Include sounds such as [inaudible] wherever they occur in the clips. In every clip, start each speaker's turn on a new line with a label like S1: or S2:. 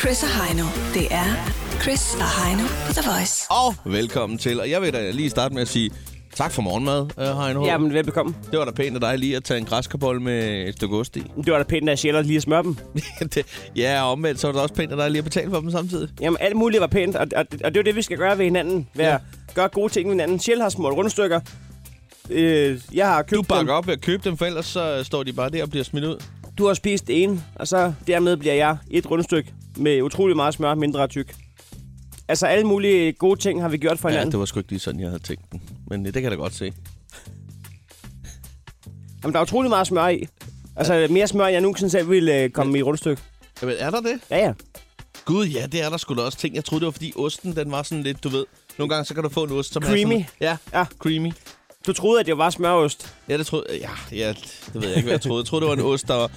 S1: Chris og Heino. Det er Chris og Heino på The Voice.
S2: Og velkommen til. Og jeg vil da lige starte med at sige tak for morgenmad, øh, Heino.
S3: Jamen, velbekomme.
S2: Det var da pænt af dig lige at tage en græskarbolle med et stykke ost i. [laughs]
S3: Det var da pænt af Sjælland lige at smøre dem.
S2: Det- ja, og omvendt, så var det også pænt af dig lige at betale for dem samtidig.
S3: Jamen, alt muligt var pænt, og, og, og det er jo det, vi skal gøre ved hinanden. Ved ja. at gøre gode ting ved hinanden. Sjæl har smurt rundstykker. Øh, jeg har købt
S2: Du bakker
S3: dem.
S2: op ved at købe dem, for ellers så øh, står de bare der og bliver smidt ud.
S3: Du har spist en, og så dermed bliver jeg et rundstykke med utrolig meget smør, mindre og tyk. Altså, alle mulige gode ting har vi gjort for
S2: Ja,
S3: hinanden.
S2: det var sgu ikke lige sådan, jeg havde tænkt den. Men øh, det kan jeg da godt se.
S3: Jamen, der er utrolig meget smør i. Altså, mere smør, end jeg nogensinde selv ville øh, komme i rundstykke.
S2: Jamen, er der det?
S3: Ja, ja.
S2: Gud, ja, det er der sgu da også ting. Jeg troede, det var fordi osten, den var sådan lidt, du ved. Nogle gange, så kan du få en ost, som er
S3: Creamy.
S2: sådan... Ja,
S3: Ja.
S2: creamy.
S3: Du troede, at det var smørost.
S2: Ja, det troede... Ja, ja, det ved jeg ikke, hvad jeg troede. Jeg troede, det var en ost, der var...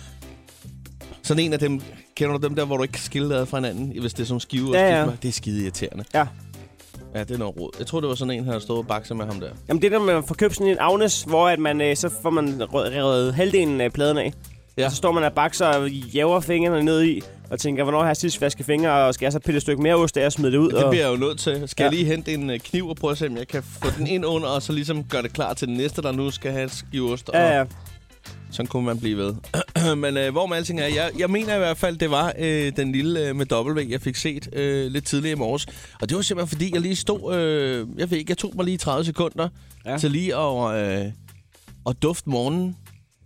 S2: Sådan en af dem... Kender du dem der, hvor du ikke kan skille ad fra hinanden, hvis det er som skive?
S3: Ja, ja.
S2: Det er skide irriterende.
S3: Ja.
S2: Ja, det er noget råd. Jeg tror, det var sådan en, han stod og bakset med ham der.
S3: Jamen, det der med at få købt sådan en Agnes, hvor at man, øh, så får man rø- revet halvdelen af pladen af.
S2: Ja.
S3: Og så står man og bakser og jæver fingrene ned i, og tænker, hvornår har jeg sidst vasket fingre, og skal jeg så pille et stykke mere ost af og smide det ud?
S2: Det
S3: og...
S2: bliver jeg jo nødt til. Skal
S3: Ja.
S2: jeg lige hente en øh, kniv og prøve at se, om jeg kan få den ind under, og så ligesom gøre det klar til den næste, der nu skal have en skive ost.
S3: Ja, ja.
S2: Sådan kunne man blive ved. [clears throat] Men øh, hvor med alting er, jeg, jeg mener i hvert fald, det var øh, den lille øh, med W, jeg fik set øh, lidt tidligere i morges. Og det var simpelthen fordi, jeg lige stod, øh, jeg ved ikke, jeg tog mig lige 30 sekunder ja.
S3: Ja.
S2: til lige at, øh, at dufte morgenen.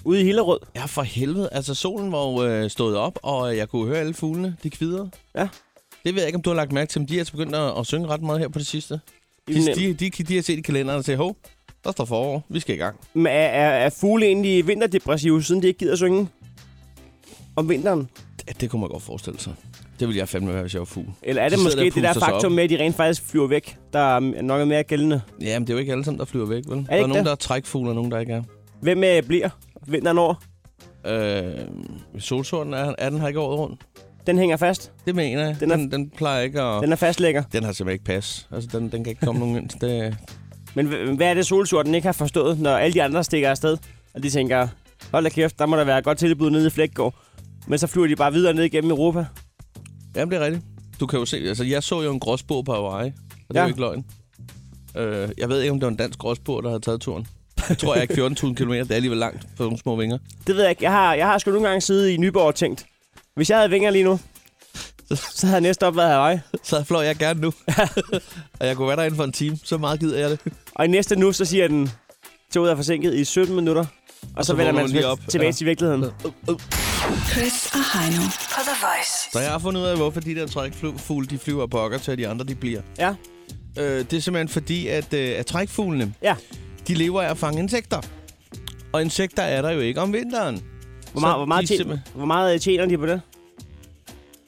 S3: Ude i Hillerød.
S2: Ja, for helvede. Altså, solen var jo øh, stået op, og jeg kunne høre alle fuglene, de kvider.
S3: Ja.
S2: Det ved jeg ikke, om du har lagt mærke til, men de er altså begyndt at, at synge ret meget her på det sidste. De,
S3: Jamen,
S2: de, de, de, de har set i kalenderen og siger, hov, der står forår, vi skal i gang.
S3: Men øh, er, er, er fugle egentlig vinterdepressive, siden de ikke gider synge? Om vinteren?
S2: Det, det kunne man godt forestille sig. Det ville jeg fandme være, hvis jeg var fugl.
S3: Eller er
S2: De
S3: det
S2: sidder
S3: måske
S2: der og
S3: det der
S2: puster sig
S3: faktum
S2: op.
S3: med, at de rent faktisk flyver væk, der er nok er mere gældende?
S2: Ja, men det er jo ikke alle sammen, der flyver væk, vel? der er
S3: ikke
S2: nogen,
S3: det?
S2: der er trækfugle, og nogen, der ikke er.
S3: Hvem øh, bliver vinteren over?
S2: Øh, solsorten er, er den her ikke året rundt.
S3: Den hænger fast.
S2: Det mener jeg. Den,
S3: Den er-
S2: den, den plejer ikke at... Den,
S3: Den er fastlægger.
S2: den har simpelthen ikke pas. Altså, den, den kan ikke komme nogen ind. Det,
S3: Men h- hvad er det solsorten ikke har forstået, når alle de andre stikker afsted, og de tænker, hold da kæft, der må der være et godt tilbud nede i Flækgaard. Men så flyver de bare videre ned igennem Europa.
S2: Jamen, det er rigtigt. Du kan jo se, altså jeg så jo en gråsbog på Hawaii, og det ja. er jo
S3: Ja.
S2: ikke løgn. Øh, jeg ved ikke, om det var en dansk gråsbog, der havde taget turen. Jeg tror, jeg ikke 14.000 km, det er alligevel langt på nogle små vinger.
S3: Det ved jeg ikke. Jeg har, jeg har sgu nogle gange siddet i Nyborg og tænkt, hvis jeg havde vinger lige nu, [laughs] så havde næste op været Hawaii.
S2: Så fløj jeg
S3: [laughs]
S2: gerne nu. og jeg kunne være derinde for en time, så meget gider jeg det.
S3: Og i næste nu, så siger den, toget er forsinket i 17 minutter. Og, og
S2: så
S3: så, så vender
S2: vågner
S3: man
S2: man lige
S3: tilbage-
S2: op.
S3: tilbage
S2: Ja.
S3: ja. til virkeligheden.
S1: Chris og Heino på The Voice.
S2: Så jeg har fundet ud af, hvorfor de der trækfugle, de flyver og pokker til, at de andre de bliver.
S3: Ja.
S2: Øh, det er simpelthen fordi, at, øh, at trækfuglene,
S3: Ja.
S2: de lever af at fange insekter. Og insekter er der jo ikke om vinteren.
S3: Hvor, meget,
S2: Så
S3: hvor, meget
S2: de,
S3: tjener,
S2: simpel-
S3: hvor meget øh, tjener de på det?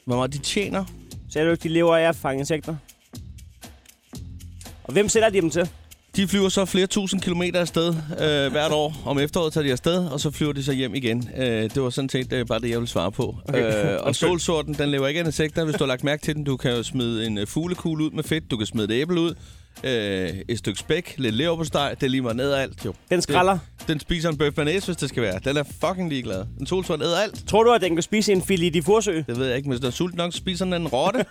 S2: hvor meget de tjener.
S3: Så er det jo ikke, de lever af at fange insekter. Og hvem sælger de dem til?
S2: De flyver så flere tusind kilometer afsted øh, hvert år. Om efteråret tager de afsted, og så flyver de så hjem igen. Øh, det var sådan set øh, bare det, jeg ville svare på. Okay.
S3: [laughs]
S2: Øh, og solsorten, den lever ikke af insekter, hvis du har lagt mærke til den. Du kan jo smide en øh, fuglekugle ud med fedt, du kan smide et æble ud, øh, et stykke spæk, lidt leverpostej, det limer ned af alt jo.
S3: Den skralder.
S2: Den spiser en bøf mayonnaise, hvis det skal være. Den er fucking ligeglad. En solsort æder alt.
S3: Tror du, at den kan spise en filet i forsøg?
S2: Det ved jeg ikke, men hvis den er sulten nok, så spiser den en rotte.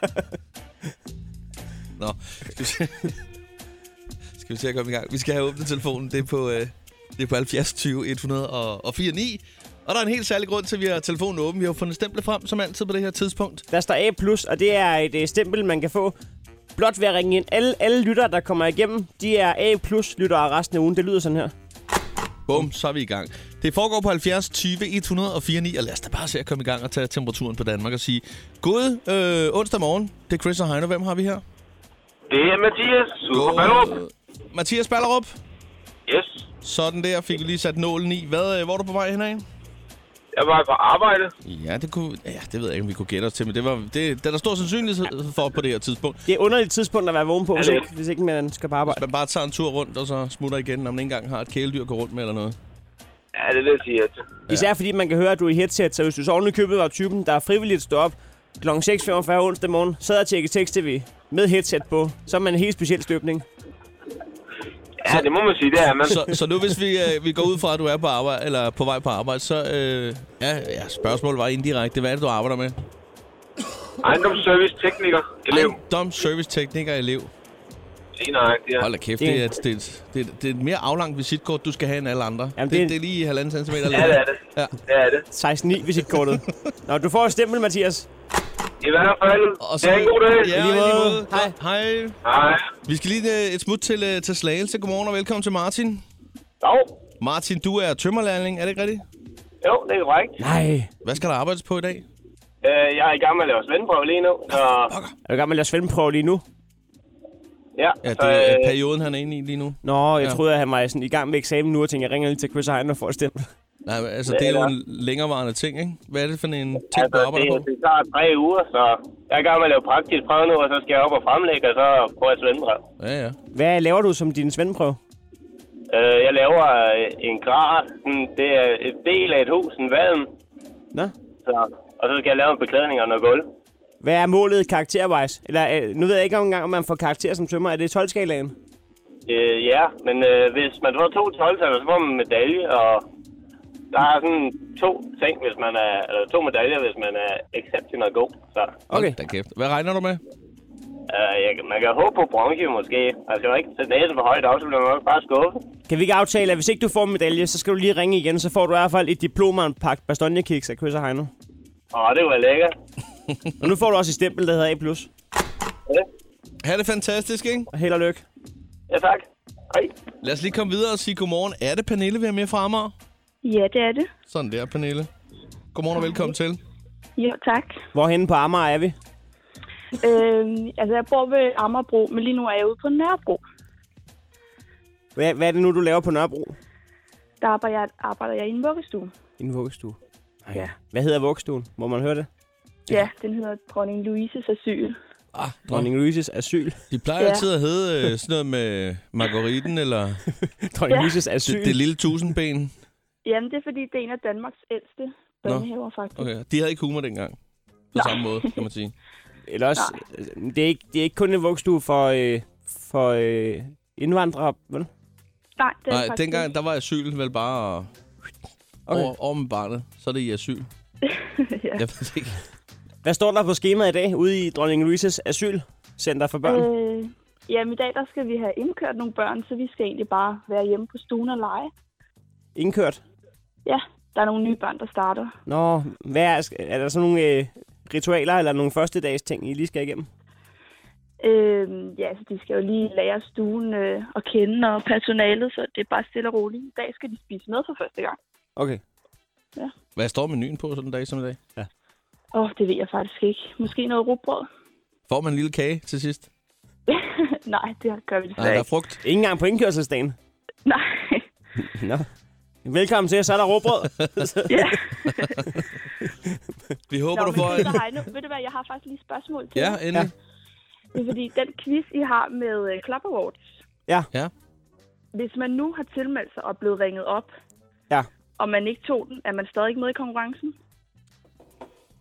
S2: Nå, [laughs] skal vi se. Skal vi se at komme i gang? Vi skal have åbnet telefonen. Det er på, øh, det er på 70 20 104 9. Og der er en helt særlig grund til, at vi har telefonen åben. Vi har jo fundet stemple frem, som altid på det her tidspunkt.
S3: Der står A+, og det er et øh, stempel, man kan få blot ved at ringe ind. Alle, alle lyttere, der kommer igennem, de er A+-lyttere resten af ugen. Det lyder sådan her.
S2: Bum, så er vi i gang. Det foregår på 70 20 104 9, og lad os da bare se at komme i gang og tage temperaturen på Danmark og sige, God øh, onsdag morgen. Det er Chris og Heino. Hvem har vi her?
S4: Det er Mathias ude fra Ballerup.
S2: Mathias Ballerup.
S4: Yes.
S2: Sådan der fik vi lige sat nålen i. Hvad, øh, hvor er du på vej henad?
S4: Jeg var på arbejde.
S2: Ja, det kunne... Ja, det ved jeg ikke, om vi kunne gætte os til, men det var... Det, det er der stor sandsynlighed for på det her tidspunkt.
S3: Det er et underligt tidspunkt at være vågen på, hvis
S4: det er
S3: ikke, hvis ikke man skal på arbejde.
S2: Man bare tager en tur rundt, og så smutter igen, når man ikke engang har et kæledyr at gå rundt med eller noget.
S4: Ja, det er lidt irriterende.
S3: Især fordi man kan høre, at du er i headset, så hvis du så oven i købet var typen, der frivilligt står op kl. 6.45 onsdag morgen, sad og tjekkede tekst-tv med headset på, så er man en helt speciel støbning.
S4: Ja, det må man sige, det er man.
S2: Så, så nu, hvis vi, øh, vi går ud fra, at du er på arbejde, eller på vej på arbejde, så... Øh, ja, ja, spørgsmålet var indirekte. Hvad er det, du arbejder med?
S4: Ejendomsservice tekniker, elev.
S2: Dom Service Tekniker elev.
S4: Lige nøjagtigt, ja.
S2: Hold da kæft, det er, et, det, er et, det, er, det er et mere aflangt visitkort, du skal have end alle andre.
S3: Jamen,
S2: det, det,
S3: det er-
S2: er... det er lige halvanden centimeter
S4: Ja, det er det.
S2: Ja.
S4: Det er det.
S3: 16-9 visitkortet. Nå, du får et stempel, Mathias.
S4: I hvert fald, det er en god dag.
S2: Ja,
S3: Lige
S2: lige
S3: måde.
S2: måde. Hej. Hej.
S4: Hej.
S2: Vi skal lige øh, et smut til, øh, til Slagelse. Godmorgen og velkommen til Martin.
S4: Jo,
S2: Martin, du er tømmerlærling, er det ikke rigtigt?
S4: jo det er korrekt.
S3: Nej.
S2: Hvad skal der arbejdes på i dag?
S4: Øh, jeg er i gang med at lave svendeprøve lige nu, så
S3: Er du i gang med at lave svælmprøve lige nu?
S4: ja.
S2: Ja, det
S4: så,
S2: er
S4: øh,
S2: perioden, han er inde i lige nu.
S3: Nå, jeg
S2: Ja.
S3: ja. troede, at han var sådan i gang med eksamen nu, og tænkte, jeg ringer lige til Chris Heine og får et stempel.
S2: Nej, men altså, det er jo en længerevarende ting, ikke? Hvad er det for en ting, du
S4: altså, det,
S2: arbejder på?
S4: det tager tre uger, så jeg er i gang med at lave praktisk prøve nu, og så skal jeg op og fremlægge, og så prøver jeg svendeprøve.
S2: Ja, ja.
S3: Hvad laver du som din svendprøve?
S4: Øh, jeg laver øh, en grad, sådan, det er et del af et hus, en valm,
S3: Nå?
S4: så, og så skal jeg lave en beklædning og noget gulv.
S3: Hvad er målet karakterwise? Eller, øh, nu ved jeg ikke engang, om man får karakter som tømmer. Er det 12-skalaen?
S4: Øh, ja, men øh, hvis man får to 12 så får man en medalje, og der er sådan to ting, hvis man er, eller to medaljer, hvis man er exceptional god. Så
S2: Hold
S3: Okay.
S2: da kæft. Hvad regner du med?
S4: øh, jeg, man kan håbe på bronze måske. Man skal jo ikke sætte næsen for højt op, så bliver man nok bare skuffet.
S3: Kan vi ikke aftale, at hvis ikke du får en medalje, så skal du lige ringe igen, så får du i hvert fald et diplom og en pakke bastonjekiks af Chris og Heino.
S4: Åh, det var lækkert.
S3: Og nu får du også et stempel, der hedder A+.
S4: Ja,
S2: Ha' det fantastisk, ikke?
S3: Og held og lykke.
S4: ja tak. Hej.
S2: Lad os lige komme videre og sige godmorgen. Er det Pernille, vi har med fra Amager?
S5: Ja, det er det.
S2: Sådan der, Pernille. Godmorgen og velkommen til.
S5: Jo, tak.
S3: Hvorhenne på Amager er vi?
S5: øhm, altså, jeg bor ved Ammerbro, men lige nu er jeg ude på Nørrebro.
S3: Hvad, hvad er det nu, du laver på Nørrebro?
S5: Der arbejder jeg, arbejder jeg i en vuggestue.
S3: En vuggestue.
S5: Ja.
S3: Ah, Hvad hedder vuggestuen? Må man høre det?
S5: Ja, den hedder Dronning Louises Asyl.
S2: Ah, dronning.
S3: Dronning Louises asyl.
S2: De plejer
S5: Ja.
S2: altid at hedde øh, sådan noget med margariten [laughs] eller
S3: [laughs] Dronning
S5: Ja.
S3: Louises asyl.
S2: det, det lille tusindben.
S5: Jamen, det er fordi, det er en af Danmarks ældste børnehaver, faktisk. Okay.
S2: Okay. De havde ikke humor dengang. På samme måde, kan man
S5: [laughs]
S2: sige.
S3: Eller også, øh, det er, ikke, det er ikke kun en vuggestue for, øh, for øh, indvandrere, vel?
S5: Nej, det er
S2: Nej,
S5: faktisk
S2: dengang der var asyl vel bare okay. over, over med barnet. Så er det i asyl.
S5: ikke. [laughs] ja.
S2: Jeg ved det ikke.
S3: Hvad står der på skemaet i dag ude i Dronning Louises asylcenter for børn?
S5: Øh, jamen, i dag der skal vi have indkørt nogle børn, så vi skal egentlig bare være hjemme på stuen og lege.
S3: Indkørt?
S5: Ja, der er nogle nye børn, der starter.
S3: Nå, hvad er, er der sådan nogle øh, ritualer eller nogle førstedags ting, I lige skal igennem?
S5: Øh, ja, så de skal jo lige lære stuen øh, at kende og personalet, så det er bare stille og roligt. I dag skal de spise med for første gang.
S3: Okay.
S2: Hvad står menuen på sådan en dag som i dag?
S5: Åh, oh, det ved jeg faktisk ikke. Måske noget rugbrød? [laughs]
S2: Får man en lille kage til sidst?
S5: Nej, det gør vi
S2: Nej,
S5: desværre
S2: der er
S5: ikke.
S2: frugt.
S3: Ingen gang på indkørselsdagen?
S2: [laughs]
S5: Nej,
S3: Nå. Velkommen til, så er der råbrød.
S5: ja.
S2: Vi håber,
S5: Nå,
S2: du
S5: men
S2: får...
S5: [laughs] Chris og Heino, ved du hvad, jeg har faktisk lige et spørgsmål til
S2: Ja,
S5: jer.
S2: endelig.
S5: Det er fordi, den quiz, I har med øh, Club Awards,
S3: Ja.
S2: Ja.
S5: hvis man nu har tilmeldt sig og blevet ringet op,
S3: Ja.
S5: og man ikke tog den, er man stadig ikke med i konkurrencen?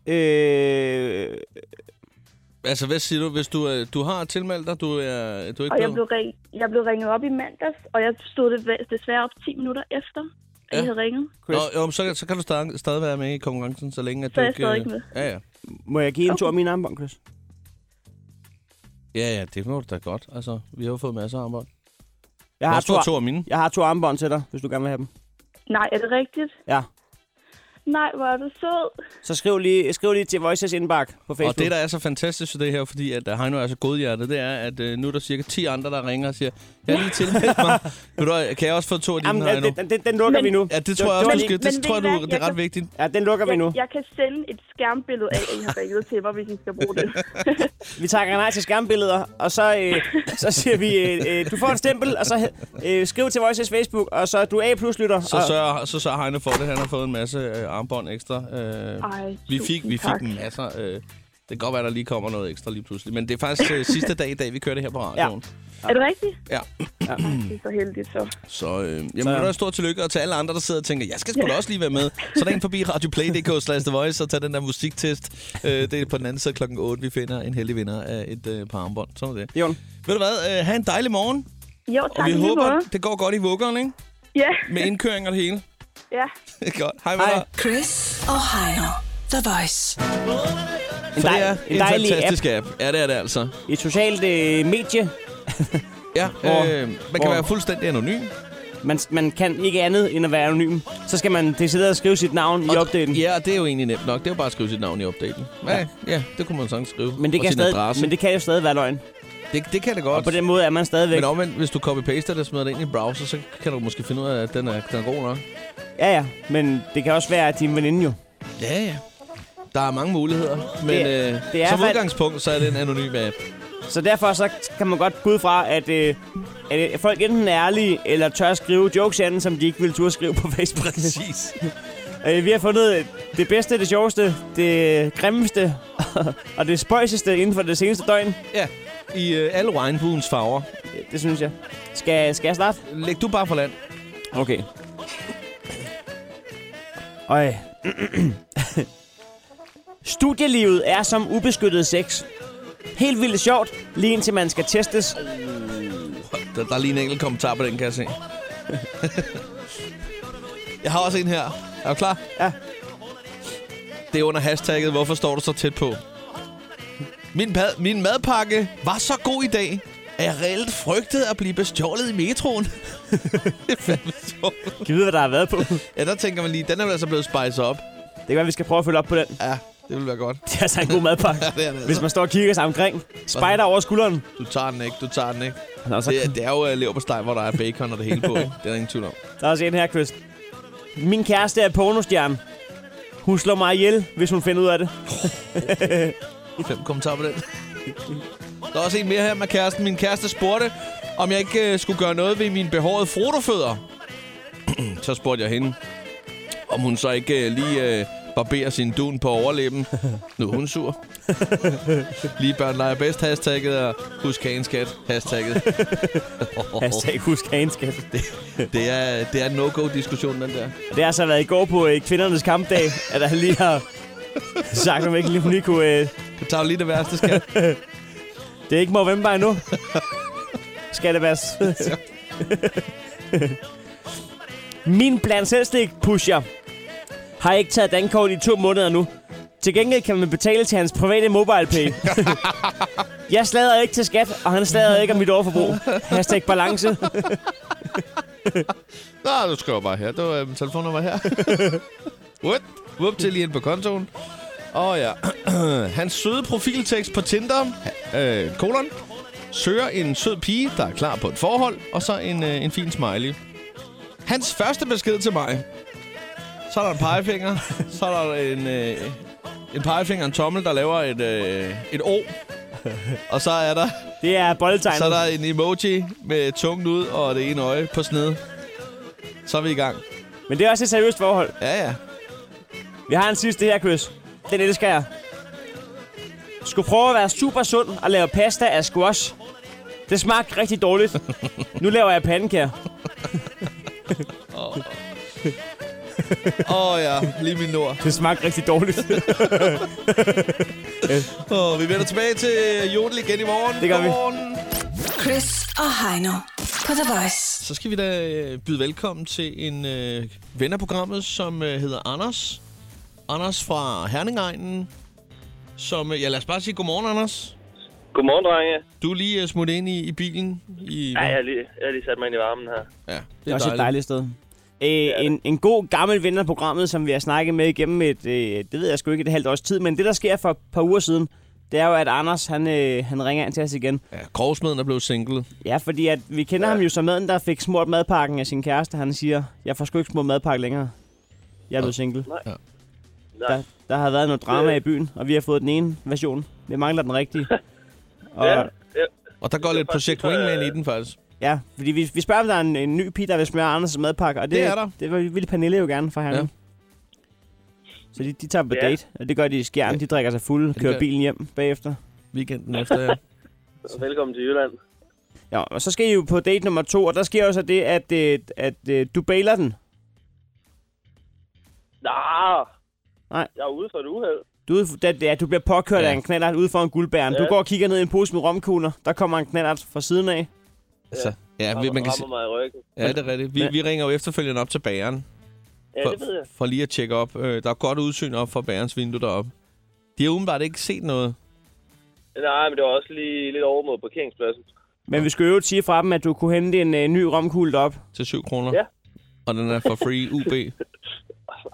S3: Øh,
S2: Altså, hvad siger du? Hvis du, øh, du har tilmeldt dig, du er, du er ikke
S5: Og jeg
S2: blevet...
S5: blev, ring, jeg blev ringet op i mandags, og jeg stod det desværre op 10 minutter efter, at
S2: Ja.
S5: ja. I havde ringet.
S2: Nå, jo, men så, så kan du stadig, stadig være med i konkurrencen, så længe at
S5: Så
S2: du
S5: er jeg
S2: ikke...
S5: stadig
S2: øh,
S5: med.
S2: Ja, ja.
S3: må jeg give en tur af min armbånd, Chris?
S2: Ja, ja, det må du da godt. Altså, vi har jo fået masser af armbånd.
S3: Jeg
S2: Jeg
S3: har,
S2: har
S3: to,
S2: stået to af mine.
S3: jeg har to armbånd til dig, hvis du gerne vil have dem.
S5: Nej, er det rigtigt?
S3: Ja.
S5: Nej, hvor er du sød.
S3: Så skriv lige, skriv lige til Voices Indbak på Facebook.
S2: Og det, der er så fantastisk ved det her, fordi at øh, Heino er så godhjertet, det er, at øh, nu er der cirka 10 andre, der ringer og siger, jeg har lige tilmeldt
S5: [laughs]
S2: mig. Ved du hvad, kan jeg også få to af dine,
S3: Jamen,
S2: Heino?
S3: den, den, den, den lukker
S5: Men-
S3: vi nu.
S2: Ja, det
S3: Det
S2: tror jeg
S3: var
S2: også, du
S3: lige-
S2: skal.
S5: men
S2: Det
S5: ved
S2: tror jeg,
S5: I hvad?
S2: du, det er
S5: Jeg
S2: ret vigtigt.
S3: Ja, den lukker vi nu.
S5: Jeg, jeg kan sende et skærmbillede af, at I har ringet til mig, hvis I skal
S2: [laughs]
S5: bruge det.
S3: Vi takker nej til skærmbilleder, og så, øh, så siger vi, øh, øh, du får en stempel, og så øh, skriv til Voices Facebook, og så er du A-plus-lytter.
S2: Så sørger, så sørger Heino for det. Han har fået en masse øh, armbånd ekstra. Øh,
S5: Ej,
S2: vi fik,
S5: tusind
S2: vi
S5: tak.
S2: fik en masse. Øh, det kan godt være, der lige kommer noget ekstra lige pludselig. Men det er faktisk øh, sidste dag i dag, vi kører det her på radioen.
S5: Er det rigtigt?
S2: Ja. Mm.
S5: Det er så heldigt, så.
S2: Så øh, jamen, så, ja. stort tillykke, og til alle andre, der sidder og tænker, jeg skal sgu da også lige være med. Så er der en forbi radioplay.dk slash The Voice og tag den der musiktest. Øh, det er på den anden side klokken 8, vi finder en heldig vinder af et øh, par armbånd. Sådan er det.
S3: Jon.
S2: Ved du hvad, øh, have en dejlig morgen,
S5: Jo,
S2: og
S5: tak
S2: vi
S5: i lige
S2: håber,
S5: måde.
S2: det går godt i vuggeren, ikke?
S5: Ja,
S2: Med indkøring og det hele. [laughs]
S5: ja.
S2: godt. Hej med
S3: Hej.
S2: dig.
S1: Chris og Heino. The Voice.
S2: For det
S3: dej-
S2: er en
S3: en dejlig
S2: fantastisk app. Ja, det er det altså.
S3: Et socialt øh, medie.
S2: Ja,
S3: Hvor-
S2: øh, man kan
S3: hvor-
S2: være fuldstændig anonym.
S3: Man, man kan ikke andet end at være anonym. Så skal man decideret at skrive sit navn i opdateringen.
S2: Ja, og det er jo egentlig nemt nok. Det er jo bare at skrive sit navn i opdateringen. Ja, ja. det kunne man sådan skrive.
S3: Men det,
S2: og
S3: kan
S2: sin
S3: stadig,
S2: adresse.
S3: men det kan jo stadig være løgn.
S2: det, det kan det godt.
S3: Og på den måde er man stadigvæk...
S2: Men omvendt, hvis du copy-paster det og smider det ind i en browser, så kan du måske finde ud af, at den er, den er god nok.
S3: Ja, ja. Men det kan også være, at din veninde jo...
S2: Ja, ja. Der er mange muligheder, men
S3: Det-
S2: øh,
S3: det er
S2: som
S3: fald-
S2: udgangspunkt, så er det en anonym app.
S3: Så derfor så kan man godt gå ud fra, at, øh, at øh, folk enten er ærlige, eller tør skrive jokes i anden, som de ikke ville turde skrive på Facebook.
S2: Præcis.
S3: [laughs] øh, vi har fundet øh, det bedste, det sjoveste, det grimmeste [laughs] og det spøjseste inden for det seneste døgn.
S2: Ja, i øh, alle regnbuens farver.
S3: Øh, Det synes jeg. Skal, skal jeg starte?
S2: Læg du bare for land.
S3: Okay. Øj. Studielivet er som ubeskyttet sex. Helt vildt sjovt, lige indtil man skal testes.
S2: Der, der er lige en enkelt kommentar på den, kan jeg se. jeg har også en her. Er du klar?
S3: Ja.
S2: Det er under hashtagget, hvorfor står du så tæt på? Min, pad, min madpakke var så god i dag, at jeg reelt frygtede at blive bestjålet i metroen. [laughs] det er fandme sjovt.
S3: Kan vi vide, hvad der har været på?
S2: Ja, der tænker man lige, den er vel altså blevet spiced op.
S3: Det kan være, vi skal prøve at følge op på den. [laughs]
S2: Ja, det vil være godt.
S3: Det er altså en god madpakke.
S2: [laughs] Ja, det er det altså.
S3: Hvis man står og kigger sig omkring. Spejder over skulderen.
S2: Du tager den ikke, du tager den ikke.
S3: Nå, Altså, så,
S2: Det, er- det er jo uh, leverpostej, hvor der er bacon og det hele på. ikke? Det er der ingen tvivl om.
S3: Der er også en her, Chris. Min kæreste er pornostjerne. Hun slår mig ihjel, hvis hun finder ud af det.
S2: Fem kommentarer på den. Der er også en mere her med kæresten. Min kæreste spurgte, om jeg ikke øh, skulle gøre noget ved mine behårede frotofødder. [clears throat] så spurgte jeg hende, om hun så ikke øh, lige øh, barberer sin dun på overlæben. Nu er hun sur. lige børn leger bedst hashtagget, og husk hagen skat hashtagget.
S3: Hashtag husk handskat.
S2: [laughs] det er, det er en no-go-diskussion, den der.
S3: Og Det har så været i går på øh, kvindernes kampdag, at der lige
S2: [laughs]
S3: har sagt, om ikke lige hun lige kunne... Øh,
S2: Du tager jo lige det værste, skat.
S3: det er ikke november endnu. Skal det være... s- Min blandt selvstik pusher har ikke taget dankort i to måneder nu. Til gengæld kan man betale til hans private mobile pay. Jeg slader ikke til skat, og han slader ikke om mit overforbrug. Hashtag balance.
S2: Nå, du skriver bare her. Det var øh, telefonnummer her. What? Vup til lige ind på kontoen. Åh oh, ja. [clears throat] Hans søde profiltekst på Tinder, øh, kolon, søger en sød pige, der er klar på et forhold, og så en, øh, en fin smiley. Hans første besked til mig. Så er der en pegefinger, så er der en, øh, en pegefinger, en tommel, der laver et, øh, et O. Og så er der
S3: Det er bolletegnet.
S2: så er der en emoji med tungen ud og det ene øje på sned. Så er vi i gang.
S3: Men det er også et seriøst forhold.
S2: Ja, ja.
S3: Vi har en sidste her, Chris. Den elsker jeg. Skulle prøve at være super sund og lave pasta af squash. Det smagte rigtig [laughs] dårligt. Nu laver jeg pandekager.
S2: Åh oh, ja, lige min nord.
S3: Det smagte rigtig dårligt.
S2: Oh, vi vender tilbage til øh, Jodel igen i morgen.
S3: Det gør vi.
S2: Godmorgen.
S1: Chris og Heino på The Voice.
S2: Så skal vi da øh, byde velkommen til en øh, ven af programmet, som øh, hedder Anders. Anders fra Herningegnen. Som, øh, ja, lad os bare sige godmorgen, Anders.
S4: Godmorgen, drenge.
S2: Du er lige øh, smuttet ind i, i bilen. I,
S4: Ej, jeg har, lige, jeg har lige sat mig ind i varmen her.
S2: ja,
S3: Det er også et dejligt sted. Øh, en, en god gammel ven af programmet, som vi har snakket med igennem et, øh, det ved jeg sgu ikke, et halvt års tid, men det der sker for et par uger siden, det er jo, at Anders, han, øh, han ringer ind til os igen.
S2: Ja, grovsmeden er blevet single.
S3: Ja, fordi at vi kender ja. ham jo som maden, der fik smurt madpakken af sin kæreste. Han siger, jeg får sgu ikke smurt madpakke længere. Jeg er blevet single.
S4: Nej.
S2: Ja.
S4: Nej.
S3: Der, der har været noget drama i byen, og vi har fået den ene version. Vi mangler den rigtige. Og, ja.
S4: Ja, ja.
S2: Og der går lidt projekt Wingman
S3: øh,
S2: i den, faktisk.
S3: ja, fordi vi, vi spørger, om der er en, en ny pige, der vil smøre Anders' madpakke. Og det,
S2: Det er der.
S3: Det vil- ville Pernille jo gerne fra ham.
S2: Ja.
S3: Ja. Så de, de tager på
S4: Ja.
S3: date, og det gør de i skjern.
S2: Ja.
S3: De drikker sig fulde, kører
S2: gør-
S3: bilen hjem bagefter. [laughs]
S2: Weekenden efter, ja.
S4: Velkommen til Jylland.
S3: Ja, og så skal I jo på date nummer to, og der sker jo så det, at, øh, at, at du bailer den.
S4: Nah.
S3: Nej.
S4: Jeg er ude for et uheld.
S3: Du, er ude- da, da, du bliver påkørt
S2: Ja.
S3: ja. af en knallert ude for en guldbæren. Ja. Du
S4: Ja.
S3: går og kigger ned i en pose med romkugler. Der kommer en knallert fra siden af.
S2: Altså, ja,
S4: Rammer,
S2: vi, man kan sige,
S4: rammer mig i ryggen.
S2: ja, det er rigtigt. Vi,
S3: Men-
S2: vi ringer jo efterfølgende op til bageren,
S4: Ja, det ved
S2: for,
S4: jeg.
S2: for lige at tjekke op. Øh, Der er godt udsyn op fra bagerens vindue deroppe. De har umiddelbart ikke set noget.
S4: Nej, men det var også lige lidt over mod parkeringspladsen.
S3: Men vi skal jo sige fra dem, at du kunne hente en øh, ny romkugle op.
S2: til 7 kroner.
S4: Ja.
S2: Og den er for free UB.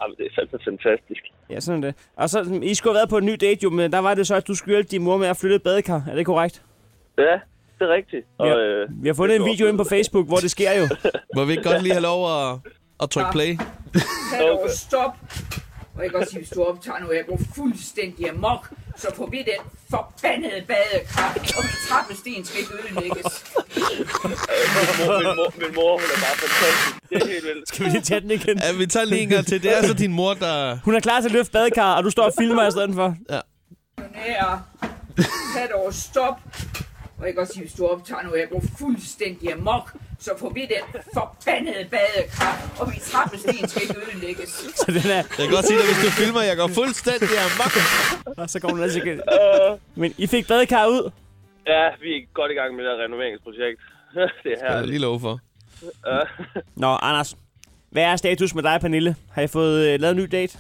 S4: Jamen, det er fandme fantastisk.
S3: Ja, sådan er det. Og så, I skulle have været på en ny date, jo, men der var det så, at du skulle hjælpe din mor med at flytte et badekar. Er det korrekt?
S4: Ja, det er rigtigt. Og,
S3: Ja.
S4: øh,
S3: Vi har fundet en video ind på Facebook, hvor det
S4: [laughs]
S3: sker jo. [laughs]
S2: Må vi ikke godt lige have lov at, at trykke play?
S6: Hallo, stop. Og jeg kan godt sige, hvis du optager nu, jeg går fuldstændig amok, så får vi den forbandede badekar, og min trappesten skal ikke ødelægges.
S4: mor, min, mor, min mor, hun er bare fantastisk. Det er helt vildt.
S3: Kan vi lige tage den igen?
S2: Ja, vi tager lige en gang til. Det er så din mor, der...
S3: Hun er klar til at løfte badekar, og du står og filmer i stedet for. [laughs]
S6: Nære. Hallo, stop. Og jeg kan godt sige, hvis du optager nu, jeg går fuldstændig amok, så får vi den forbandede badekar, og min trappesten skal ikke ødelægges.
S3: Så den er,
S2: Jeg kan godt sige dig, hvis du filmer, jeg går fuldstændig amok.
S3: og så går hun altså igen.
S4: Øh.
S3: Men I fik badekar ud.
S4: Ja, vi er godt i gang med det her renoveringsprojekt. [laughs] det er
S2: Jeg
S4: her.
S2: er lige lov for.
S3: Nå, Anders. Hvad er status med dig, Pernille? Har I fået øh, lavet en ny date?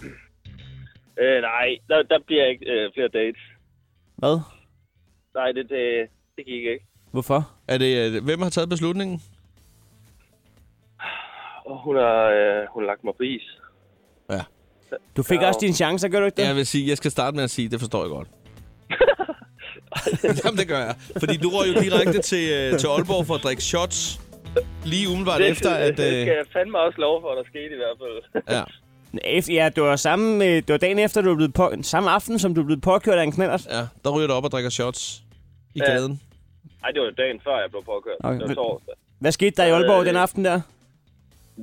S4: Øh, nej, der, der bliver ikke øh, flere dates.
S3: Hvad?
S4: Nej, det, det, det gik ikke.
S3: Hvorfor?
S2: Er det, øh, hvem har taget beslutningen?
S4: Og hun har, øh, hun har lagt mig på is.
S3: Du fik også din chance, gør du ikke det?
S2: Jeg vil sige, jeg skal starte med at sige, det forstår jeg [laughs] godt. Jamen, det gør jeg. Fordi du røg jo direkte til, øh, til Aalborg for at drikke shots. Lige umiddelbart det, efter, at...
S4: Det skal
S2: Øh,
S4: jeg fandme også love for, at der skete i hvert fald. [laughs]
S2: ja.
S3: Efter, ja, det var, samme, øh, det var dagen efter, du blev på, samme aften, som du blev påkørt af en knallert.
S2: ja, der ryger du op og drikker shots i
S4: Ja.
S2: gaden.
S4: Nej, det var dagen før, jeg blev påkørt.
S3: Okay.
S4: Okay. Det var torsdag.
S3: Hvad skete der i Aalborg den aften der?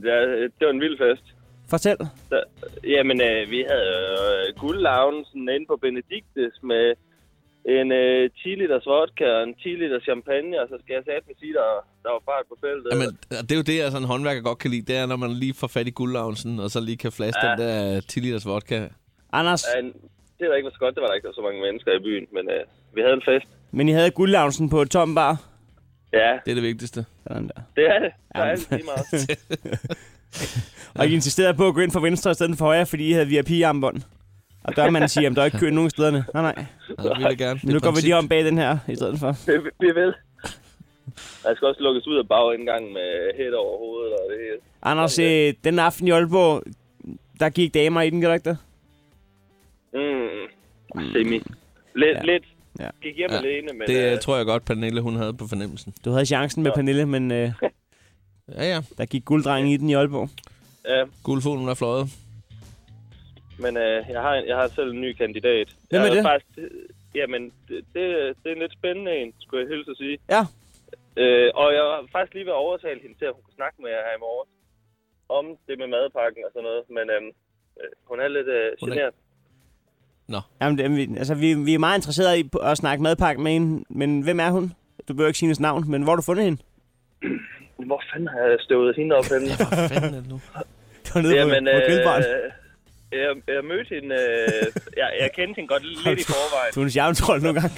S4: Ja, øh, det var en vild fest.
S3: Fortæl.
S4: Der, jamen, øh, vi havde øh, guldloungen inde på Benediktes med en øh, 10 liters vodka og en 10 liters champagne, og så skal jeg satme sige, der, der var fart på feltet.
S2: Jamen, det er jo det, altså, en håndværker godt kan lide. Det er, når man lige får fat i guldlavnsen, og så lige kan flaske ja. den der 10 liters vodka.
S3: Anders,
S4: Ja, en- det var ikke så godt, det var der ikke så mange mennesker i byen, men øh, vi havde en fest.
S3: men I havde guldlavnsen på et tom bar.
S4: Ja,
S2: Det er det vigtigste.
S3: Sådan der.
S4: det er det. Der er altid lige
S2: [laughs]
S4: meget.
S3: Og I insisterede på at gå ind for venstre i stedet for højre, fordi I havde VIP-armbånd. Og dørmanden siger, at der er ikke kø nogen stederne. Nej, nej.
S2: Ja, det vil jeg gerne. Det er
S3: [laughs] Nu går vi
S2: princip.
S3: lige om bag den her i stedet for.
S4: Vi- vi ved. Jeg skal også lukkes ud af bagindgangen med hæt over hovedet og det hele.
S3: Anders, øh, den aften i Aalborg, der gik damer i den, gør der ikke det?
S4: Mm. Semi. Lidt,
S3: Ja.
S4: ja. lidt.
S3: Ja.
S4: Gik hjem
S2: Ja.
S4: ja. alene, men...
S2: Det
S4: øh,
S2: øh, tror jeg godt, Pernille, hun havde på fornemmelsen.
S3: Du havde chancen med Pernille, men øh,
S2: Ja, ja.
S3: der gik gulddrengen i den i Aalborg.
S4: ja,
S2: Guldfuglen er fløjet.
S4: men øh, jeg, har, en- jeg har selv en ny kandidat.
S3: Hvem er
S4: jeg
S3: det?
S4: Faktisk, øh, jamen, det, det, det er en lidt spændende en, skulle jeg hilse at sige.
S3: Ja.
S4: Øh, og jeg har faktisk lige ved at overtale hende til, at hun kunne snakke med jer her i morgen. Om det med madpakken og sådan noget. Men øhm, øh, hun er lidt øh,
S2: Hun er-
S4: generet.
S3: Jamen, det, vi, altså, vi, vi er meget interesserede i at snakke madpakke med hende, men hvem er hun? Du behøver ikke sige hendes navn, men hvor har du fundet hende?
S4: Hvor fanden har jeg støvet hende op
S3: [laughs]
S4: henne?
S2: Hvad fanden er det nu?
S3: Det var nede
S4: Jamen,
S3: på, på grillbaren.
S4: øh, jeg, jeg mødte hende... Øh, jeg, jeg kendte
S3: [laughs]
S4: hende godt lidt i forvejen.
S3: Du er en sjavntrold nogle gange.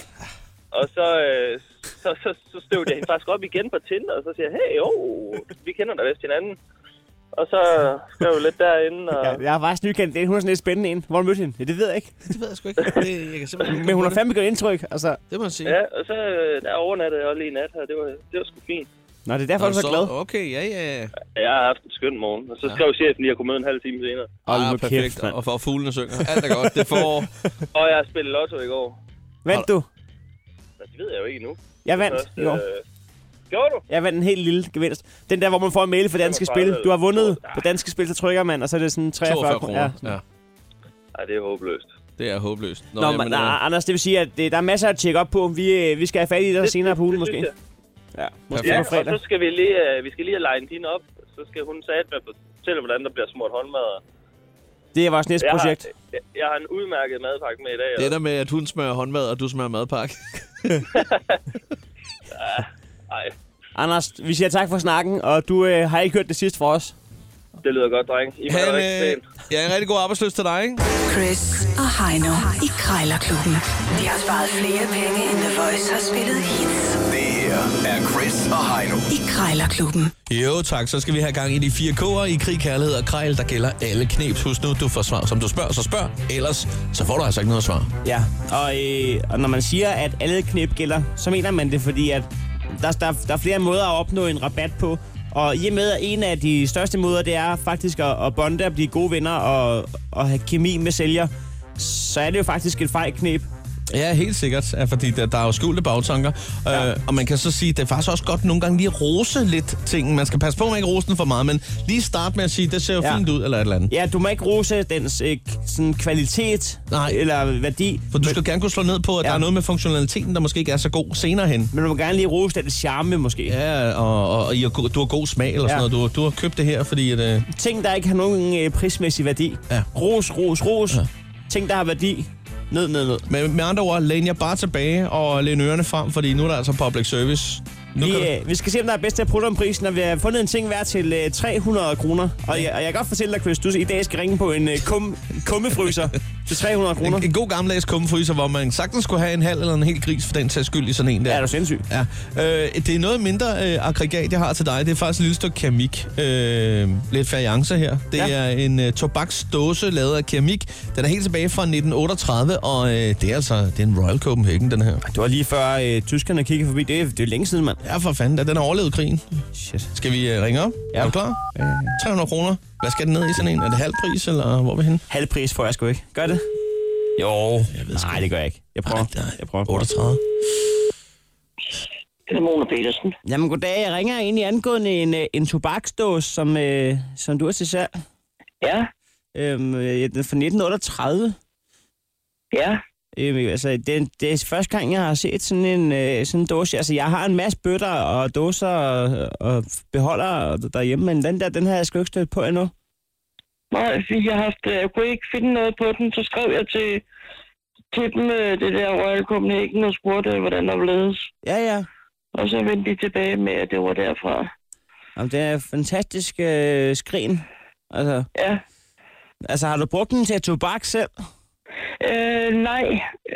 S4: Og så, øh, så, så, så støvede jeg hende faktisk op igen på Tinder, og så siger jeg, hey, jo, vi kender da vist hinanden. Og så skrev vi lidt derinde, og
S3: Ja, jeg har faktisk en ny kandidat. Hun er sådan lidt spændende en. Hvor har du mødt hende? Ja, det ved jeg ikke.
S2: Det ved jeg sgu ikke. Det, jeg kan simpelthen ikke
S3: Men hun har
S2: komme på
S3: fandme gjort indtryk. Altså,
S2: det. Det må jeg sige.
S4: ja, og så øh, der overnattede jeg også lige i nat her, det var, det var sgu fint.
S3: nå, det er derfor,
S2: Nå,
S3: hun er så glad.
S2: Okay, ja, ja. ja.
S4: Jeg har haft en skøn morgen, og så skrev chefen lige, at jeg kunne møde en halv time senere.
S3: Hold
S2: Ah,
S3: nu kæft,
S2: perfekt.
S3: mand.
S2: og for fuglene synger. Alt er godt. Det
S3: [laughs]
S2: får...
S4: Og jeg har spillet lotto i går.
S3: Vandt du?
S4: Men det ved jeg jo ikke endnu.
S3: Jeg vandt.
S4: Først,
S3: Jo.
S4: øh, gjorde du?
S3: Jeg vandt en helt lille gevinst. Den der, hvor man får en mail fra Danske Spil.
S4: øh,
S3: Du har vundet på Danske Spil, så trykker man, og så er det sådan
S2: 42
S3: 43
S2: kroner. Ja.
S4: Nej, det er håbløst.
S2: det er håbløst.
S3: Nå, Nå men, Ah.
S2: øh,
S3: nej, Anders, det vil sige, at øh, der er masser at tjekke op på. Vi, øh, vi skal have fat i dig senere på ugen,
S4: synes
S3: måske.
S4: jeg.
S3: Ja, måske
S4: Ja,
S3: ja,
S4: og
S3: på fredag.
S4: så skal vi lige, øh, vi skal lige have legnet hende op. Så skal hun satme fortælle, hvordan der bliver smurt håndmad.
S3: Det er vores næste
S4: Jeg
S3: projekt.
S4: Har, jeg, jeg har en udmærket madpakke med i dag.
S2: Det ender med, at hun smører håndmad, og du smører madpakke.
S4: Ej,
S3: Anders, vi siger tak for snakken, og du øh, har ikke hørt det sidste fra os.
S4: Det lyder godt, dreng. I må
S2: Ha'
S4: have
S2: en,
S4: det rigtig
S2: øh,
S4: pænt.
S2: ja, en rigtig god arbejdsløs til dig, ikke?
S1: Chris og Heino i Krejlerklubben. De har sparet flere penge, end The Voice har spillet hits
S7: Det her er Chris og Heino.
S1: i Krejlerklubben.
S2: Jo tak, så skal vi have gang i de fire K'er i krig, kærlighed og krejl, der gælder alle kneps. Husk nu, du får svar, som du spørger, så spørg. Ellers, så får du altså ikke noget svar.
S3: Ja, og, øh, og når man siger, at alle knep gælder, så mener man det, fordi at der, der, der er flere måder at opnå en rabat på. Og i og med, at en af de største måder, det er faktisk at, at bonde og blive gode venner og, og have kemi med sælger, så er det jo faktisk et fejt knep.
S2: Ja, helt sikkert, ja, fordi der, der er jo skjulte bagtanker. Ja. Øh, og man kan så sige, det er faktisk også godt nogle gange lige at rose lidt tingen. Man skal passe på, at man ikke roser den for meget, men lige starte med at sige, det ser jo ja.
S3: Ja.
S2: fint ud, eller et eller andet.
S3: Ja, du må ikke rose dens øh, k- sådan kvalitet
S2: Nej.
S3: eller værdi,
S2: For du skal gerne kunne slå ned på, at ja.
S3: Ja.
S2: der er noget med funktionaliteten, der måske ikke er så god senere hen.
S3: men du må gerne lige rose dens charme måske.
S2: Ja, og, og, og I har go- du har god smag eller sådan
S3: Ja.
S2: noget. Du, du har købt det her, fordi... At, øh,
S3: Ting, der ikke har nogen øh, prismæssig værdi.
S2: Ja.
S3: Ros, ros, ros.
S2: Ja.
S3: Ja. Ting, der har værdi. Ned, ned, ned.
S2: med, med andre ord, læn jer bare tilbage og læn ørerne frem, fordi nu er der altså public service. Nu
S3: Vi,
S2: kan du-
S3: øh, vi skal se, om der er bedst til at prutte om prisen, og vi har fundet en ting værd til øh, 300 kroner. Og, jeg, og jeg kan godt fortælle dig, Chris, du i dag skal ringe på en øh, kum, kummefryser til 300 kroner.
S2: en, en god gammeldags kummefryser, hvor man sagtens skulle have en halv eller en hel gris for den sags skyld i sådan en der.
S3: Ja, er du sindssyg?
S2: Ja, øh, det er noget mindre øh, aggregat, jeg har til dig. Det er faktisk et lille stykke keramik. Øh, lidt feriance her. Det ja.
S3: Ja.
S2: er en øh, tobaksdåse lavet af keramik. Den er helt tilbage fra 1938, og øh, det er altså det er en Royal Copenhagen, den her.
S3: Det var lige før øh, tyskerne kiggede forbi. Det, er- det er længe siden, mand.
S2: Ja, for fanden da. Den har overlevet krigen.
S3: Shit.
S2: Skal vi øh, ringe op?
S3: Ja.
S2: Er du klar? 300 kroner. Hvad skal den ned i sådan en? Er det halv pris, eller hvor er vi henne?
S3: Halv pris får jeg sgu ikke. Gør det?
S2: Jo. Jeg ved sgu
S3: Nej, det gør jeg ikke. Jeg prøver.
S2: Nej, nej.
S3: Jeg prøver.
S2: 38.
S8: Simone Petersen.
S3: Jamen, goddag. Jeg ringer egentlig angående en, øh, en tobaksdås, som, øh, som du har til salg.
S8: Ja,
S3: Øhm, øh, den er fra 1938.
S8: ja,
S3: Øh, altså, det, det er første gang, jeg har set sådan en, øh, sådan en dåse. Altså, jeg har en masse bøtter og dåser og, og beholder derhjemme, men den der, den har jeg sgu ikke stødt på endnu.
S8: nej, fordi jeg, har haft, øh, jeg kunne ikke finde noget på den, så skrev jeg til, til dem øh, det der Royal Copenhagen og spurgte, øh, hvordan der var ledes.
S3: Ja, ja.
S8: Og så vendte de tilbage med, at det var derfra.
S3: Jamen, det er en fantastisk øh, skrin. Altså,
S8: Ja,
S3: altså, har du brugt den til tobak selv?
S8: øh, nej,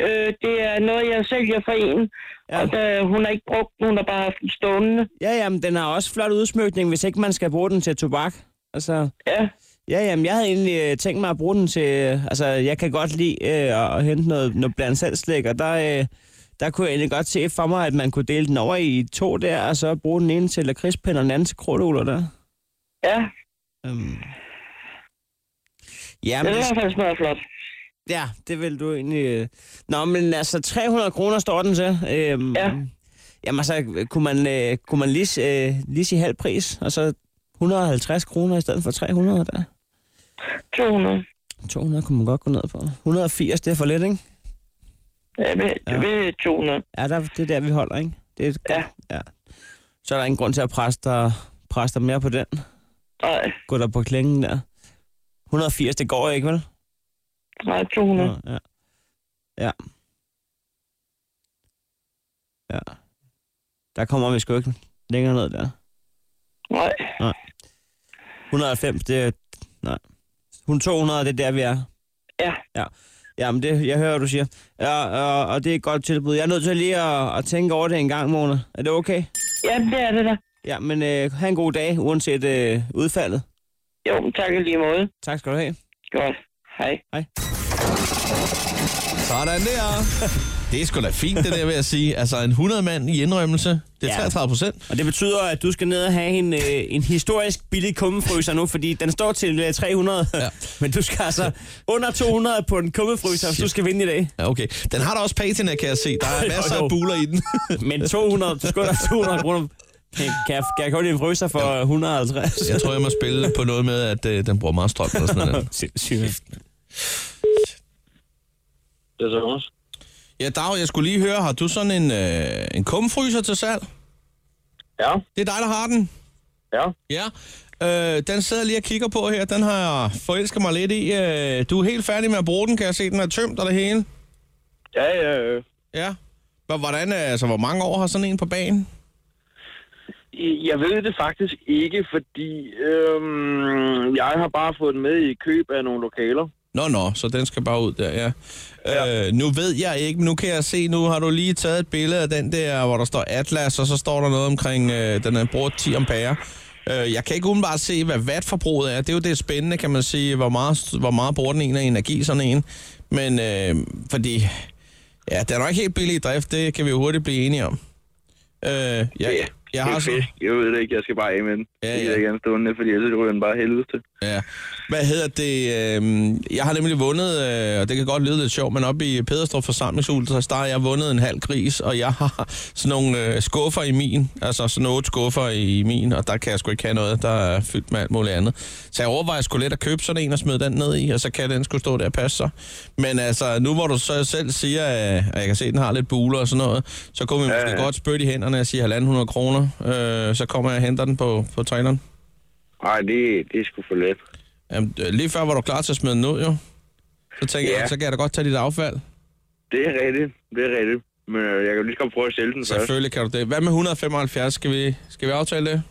S8: øh, det er noget, jeg sælger for en,
S3: Ja.
S8: ja. og da, hun har ikke brugt den, hun har bare haft den stående.
S3: Ja, jamen, den har også flot udsmykning, hvis ikke man skal bruge den til tobak. Altså,
S8: Ja,
S3: ja, jamen, jeg havde egentlig øh, tænkt mig at bruge den til... Øh, altså, jeg kan godt lide øh, at, at hente noget, noget blandt selv slik, og der, øh, der kunne jeg egentlig godt se for mig, at man kunne dele den over i to der, og så bruge den ene til lakridspind og den anden til krudtugler der.
S8: ja,
S3: Øhm.
S8: det
S3: Jamen,
S8: er i
S3: det,
S8: hvert fald smadret flot.
S3: ja, det vil du egentlig... Øh. Nå, men altså, 300 kroner står den til. Øhm,
S8: Ja.
S3: Jamen, altså, øh, kunne man, øh, kunne man lige, s- øh, lige sige halv pris, og så 150 kroner i stedet for 300 der?
S8: 200.
S3: 200 kunne man godt gå ned på. 180, det er for lidt, ikke?
S8: Ja, ved,
S3: Ja.
S8: ja. ved 200.
S3: Ja, der, det er der, vi holder, ikke? Det er et
S8: Ja.
S3: godt, ja. Så er der ingen grund til at presse dig, presse dig mere på den.
S8: Nej,
S3: Gå der på klingen der. 180, det går ikke, vel?
S8: nej, 200. Ja.
S3: Ja. Ja. Ja. Der kommer vi sgu ikke længere ned der.
S8: Nej,
S3: 190, det er... Nej. Hun 200, det er der, vi er.
S8: ja,
S3: Ja. Jamen, det, jeg hører, hvad du siger. Ja, og, og det er et godt tilbud. Jeg er nødt til lige at, at tænke over det en gang, Mona. Er det okay?
S8: ja, det er det der.
S3: Ja, men øh, have en god dag, uanset øh, udfaldet.
S8: Jo, men tak i lige måde.
S3: Tak skal du have.
S8: Godt. Hej.
S2: Sådan der. [laughs] Det er sgu da fint, det der, vil jeg sige. Altså, en 100 mand i indrømmelse, det er
S3: Ja.
S2: 33 procent.
S3: Og det betyder, at du skal ned og have en, øh, en historisk billig kummefryser nu, fordi den står til øh, 300,
S2: Ja.
S3: ja. [laughs] men du skal altså under 200 på en kummefryser, hvis
S2: Shit.
S3: du skal vinde i dag.
S2: Ja, okay. Den har da også patina, kan jeg se. Der er
S3: Jo,
S2: masser af
S3: jo.
S2: buler i den.
S3: Men 200, du skal under 200 kroner. Kan, kan, jeg, kan jeg købe en fryser for 150?
S2: jeg tror, jeg må spille på noget med, at øh, den bruger meget strøm eller sådan noget.
S3: Sindssygt.
S4: Det er Thomas.
S2: Ja, Dag, jeg skulle lige høre, har du sådan en, øh, en kumfryser til salg?
S4: Ja,
S2: Det er dig, der har den.
S4: ja.
S2: Ja. Øh, den sidder jeg lige og kigger på her. Den har jeg forelsket mig lidt i. Øh, du er helt færdig med at bruge den, kan jeg se. Den er tømt og det hele.
S4: Ja, ja, øh.
S2: Ja. Hvor- Hvordan, øh, altså, hvor mange år har sådan en på banen?
S9: Jeg ved det faktisk ikke, fordi øhm, jeg har bare fået den med i køb af nogle lokaler.
S2: Nå, nå, så den skal bare ud der, ja. ja. Øh, nu ved jeg ikke, men nu kan jeg se, nu har du lige taget et billede af den der, hvor der står Atlas, og så står der noget omkring, øh, den er brugt 10 ampere. Øh, jeg kan ikke umiddelbart se, hvad wattforbruget er. Det er jo det spændende, kan man sige, hvor meget, hvor meget bruger den en af energi, sådan en. Men øh, fordi, ja, den er nok ikke helt billig i drift, det kan vi jo hurtigt blive enige om. Øh, jeg, jeg, jeg har
S9: det er
S2: så,
S9: fedt. Jeg ved det ikke, jeg skal bare af med den.
S2: Ja,
S9: Ja, ja.
S2: ja.
S9: Jeg ikke anstående, fordi ellers ryger den bare helvede til.
S2: Ja. Hvad hedder det? Øh, jeg har nemlig vundet, øh, og det kan godt lyde lidt sjovt, men oppe i Pederstrup forsamlingshul, så der har jeg vundet en halv gris, og jeg har [laughs] sådan nogle øh, skuffer i min, altså sådan otte skuffer i min, og der kan jeg sgu ikke have noget, der er fyldt med alt muligt andet. Så jeg overvejer sgu lidt at købe sådan en og smide den ned i, og så kan den skulle stå der og passe sig. Men altså, nu hvor du så selv siger, øh, at jeg kan se, at den har lidt buler og sådan noget, så kunne vi måske
S9: ja.
S2: godt spytte i hænderne og sige 1.500 kroner, øh, så kommer jeg og henter den på, på traileren.
S9: Nej, det, det er sgu for let.
S2: Jamen, øh, lige før var du klar til at smide den ud, jo. Så tænker
S9: Ja.
S2: ja. jeg, så kan jeg da godt tage dit affald.
S9: Det er rigtigt, det er rigtigt. Men øh, jeg kan jo lige så godt prøve at sælge den først.
S2: Selvfølgelig kan du det. Hvad med 175? Skal vi, skal vi aftale det?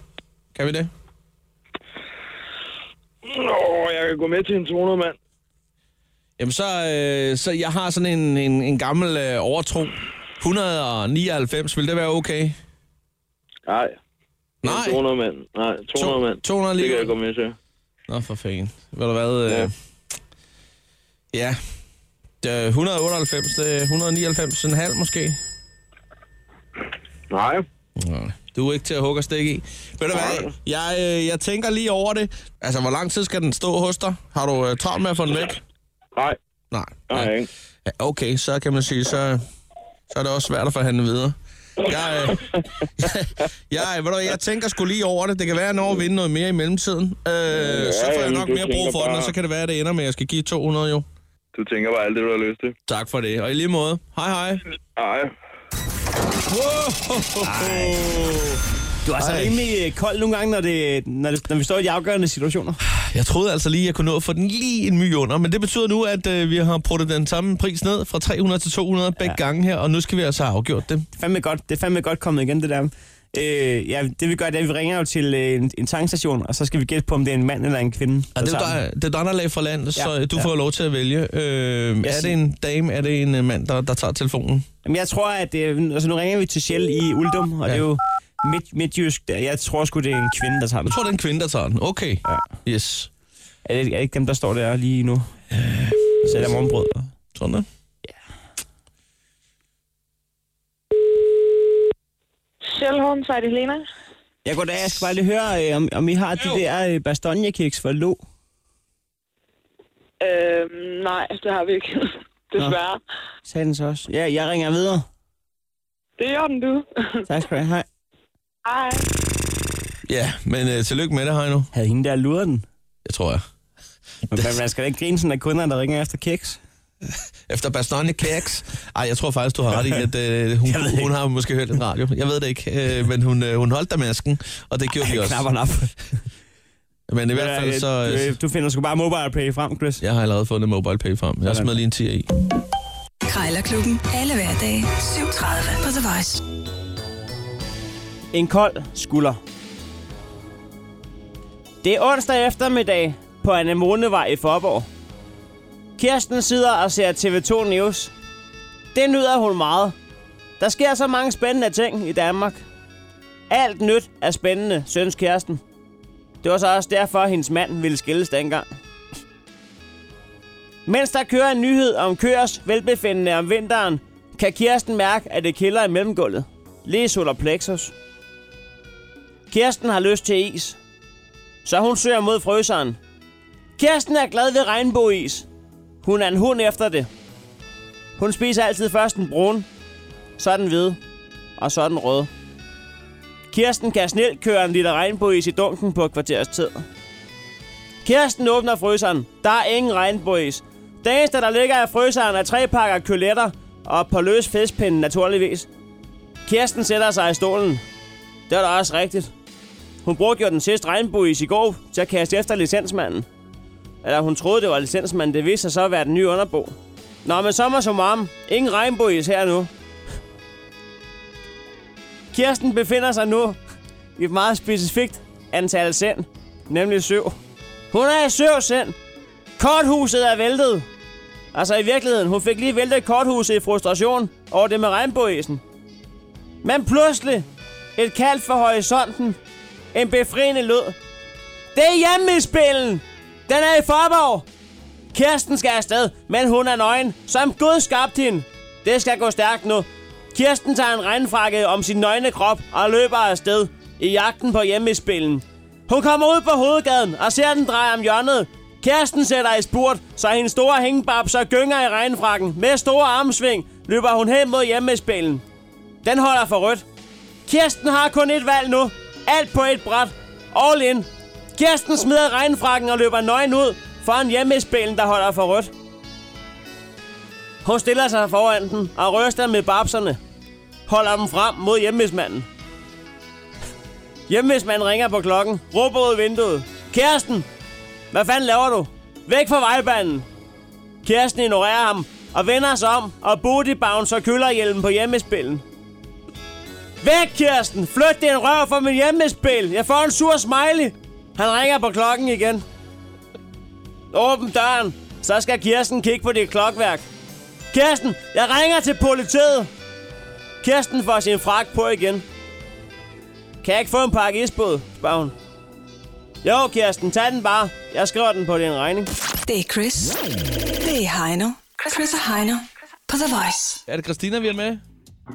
S2: Kan vi det?
S9: Nå, jeg kan gå med til en 200, mand.
S2: Jamen, så, øh, så jeg har sådan en, en, en gammel øh, overtro. 199, vil det være okay?
S9: Nej,
S2: Nej,
S9: 200, mand. Nej, 200,
S2: To-
S9: mand.
S2: 200
S9: Det kan
S2: lige.
S9: jeg gå med til.
S2: Nå, for fanden. Ved du hvad? Øh,
S9: Ja.
S2: ja. ja. 198, det er 199, en halv måske.
S9: Nej,
S2: Nej. Du er ikke til at hugge og stikke i. Ved du hvad, jeg, øh, jeg tænker lige over det. Altså, hvor lang tid skal den stå hos dig? Har du øh, travlt med at få den væk?
S9: nej,
S2: Nej.
S9: nej.
S2: Ja,
S9: ikke.
S2: Okay, så kan man sige, så, så er det også svært at forhandle videre. Jeg, øh, [laughs] jeg, ved du, hvad, jeg tænker sgu lige over det. Det kan være, at jeg når at vinde noget mere i mellemtiden. Øh, så får jeg
S9: jamen,
S2: nok
S9: du
S2: mere brug
S9: tænker
S2: for den, og
S9: bare-
S2: så kan det være, at det ender med, at jeg skal give 200 jo.
S9: Du tænker bare alt det, du har lyst til.
S2: Tak for det. Og i lige måde. Hej hej.
S9: Nej.
S3: Du er altså
S2: Ej.
S3: rimelig øh, kold nogle gange, når, det, når, det, når vi står i de afgørende situationer.
S2: Jeg troede altså lige, at jeg kunne nå at få den lige en my under, men det betyder nu, at øh, vi har pruttet den samme pris ned fra 300 til 200 begge ja. gange her, og nu skal vi altså have afgjort det.
S3: fandme godt, det er fandme godt kommet igen, det der. Øh, ja, det vi gør, det er, at vi ringer jo til øh, en, en tankstation, og så skal vi gætte på, om det er en mand eller en kvinde.
S2: Ja, det, er jo
S3: sammen.
S2: dig, det er dig, der lagde for land, ja. så
S3: Ja,
S2: du
S3: ja.
S2: får lov til at vælge. Øh, er det en dame, er det en øh, mand, der, der tager telefonen?
S3: Jamen, jeg tror, at øh, altså, nu ringer vi til Shell i Uldum, og ja. det er jo midt, midtjysk. der. Jeg tror sgu, det er en kvinde, der tager den.
S2: Jeg tror, det er en kvinde, der tager den. Okay. Ja. Yes.
S3: Er det, er det ikke dem, der står der lige nu? Øh, Så er der morgenbrød.
S2: Tror du det?
S8: Sjælholm, så er det Helena.
S3: Jeg går da, jeg skal bare lige høre, øh, om, om I har de der øh, bastonjekiks for lå.
S8: Øhm, nej, det har vi ikke. [laughs] Desværre.
S3: Sagde den så også. Ja, jeg ringer videre.
S8: Det er den, du. [laughs]
S3: Tak skal du have. Hej.
S8: Hej.
S2: Ja, men øh, tillykke med det, Heino.
S3: Havde hende der luret den?
S2: Jeg tror jeg.
S3: Men man- man skal da ikke grine sådan af kunder, der ringer efter kiks.
S2: Efter Bastogne Keks. Ej, jeg tror faktisk, du har ret i, at øh, hun, hun har måske hørt en radio. Jeg ved det ikke, øh, men hun, øh, hun holdt der masken, og det gjorde vi også.
S3: Knapperne op.
S2: Men i hvert fald så...
S3: Øh,
S2: Øh,
S3: øh, Du finder sgu bare mobile pay frem, Chris.
S2: jeg har allerede fundet mobile pay frem. Jeg
S3: Sådan.
S2: smed lige en 10 i.
S1: Krejlerklubben. Alle hverdage 7.30 på The Voice.
S3: En kold skulder. Det er onsdag eftermiddag på Anemonevej i Forborg. Kirsten sidder og ser TV2 News. Det nyder hun meget. Der sker så mange spændende ting i Danmark. Alt nyt er spændende, synes Kirsten. Det var så også derfor, at hendes mand ville skilles dengang. Mens der kører en nyhed om køers velbefindende om vinteren, kan Kirsten mærke, at det kilder i mellemgulvet. Lige i solar plexus. Kirsten har lyst til is. Så hun søger mod fryseren. Kirsten er glad ved regnbueis. Hun er en hund efter det. Hun spiser altid først den brune, så den hvide, og så den røde. Kirsten kan snilt køre en liter regnbueis i dunken på et kvarters tid. Kirsten åbner fryseren. Der er ingen regnbueis. Det eneste, der ligger i fryseren, er tre pakker køletter og på løs fedtspinde naturligvis. Kirsten sætter sig i stolen. Det er da også rigtigt. Hun brugte jo den sidste regnbueis i går til at kaste efter licensmanden. Eller hun troede, det var licensmanden. Det viste sig så at være den nye underbo. Nå, men sommer som arm. Ingen regnbueis her nu. Kirsten befinder sig nu et meget specifikt antal sind, nemlig syv. Hun er i syv sind. Korthuset er væltet. Altså i virkeligheden, hun fik lige væltet korthuset i frustration over det med regnbogisen. Men pludselig, et kald fra horisonten, en befriende lyd. Det er hjemmespillen! Den er i Forborg! Kirsten skal afsted, men hun er nøgen, som Gud skabte hende. Det skal gå stærkt nu. Kirsten tager en regnfrakke om sin nøgne krop og løber afsted i jagten på hjemmespillen. Hun kommer ud på hovedgaden og ser den dreje om hjørnet. Kirsten sætter i spurt, så hendes store hængebab så gynger i regnfrakken. Med store armsving løber hun hen mod hjemmespillen. Den holder for rødt. Kirsten har kun et valg nu. Alt på et bræt. All in. Kirsten smider regnfrakken og løber nøgen ud foran hjemmespillen, der holder for rødt. Hun stiller sig foran den og ryster med babserne. Holder dem frem mod hjemmesmanden. Hjemmesmanden ringer på klokken, råber ud af vinduet. Kirsten! Hvad fanden laver du? Væk fra vejbanen! Kirsten ignorerer ham og vender sig om og booty bouncer kølerhjelmen på hjemmespillen. Væk, Kirsten! Flyt din rør fra min hjemmespil! Jeg får en sur smiley! Han ringer på klokken igen. Åbn døren, så skal Kirsten kigge på dit klokværk. Kirsten, jeg ringer til politiet. Kirsten får sin frak på igen. Kan jeg ikke få en pakke isbåd, spørger hun. Jo, Kirsten, tag den bare. Jeg skriver den på din regning.
S1: Det er Chris. Det er Heino. Chris og Heino på The Voice.
S2: Er det Christina, vi er med?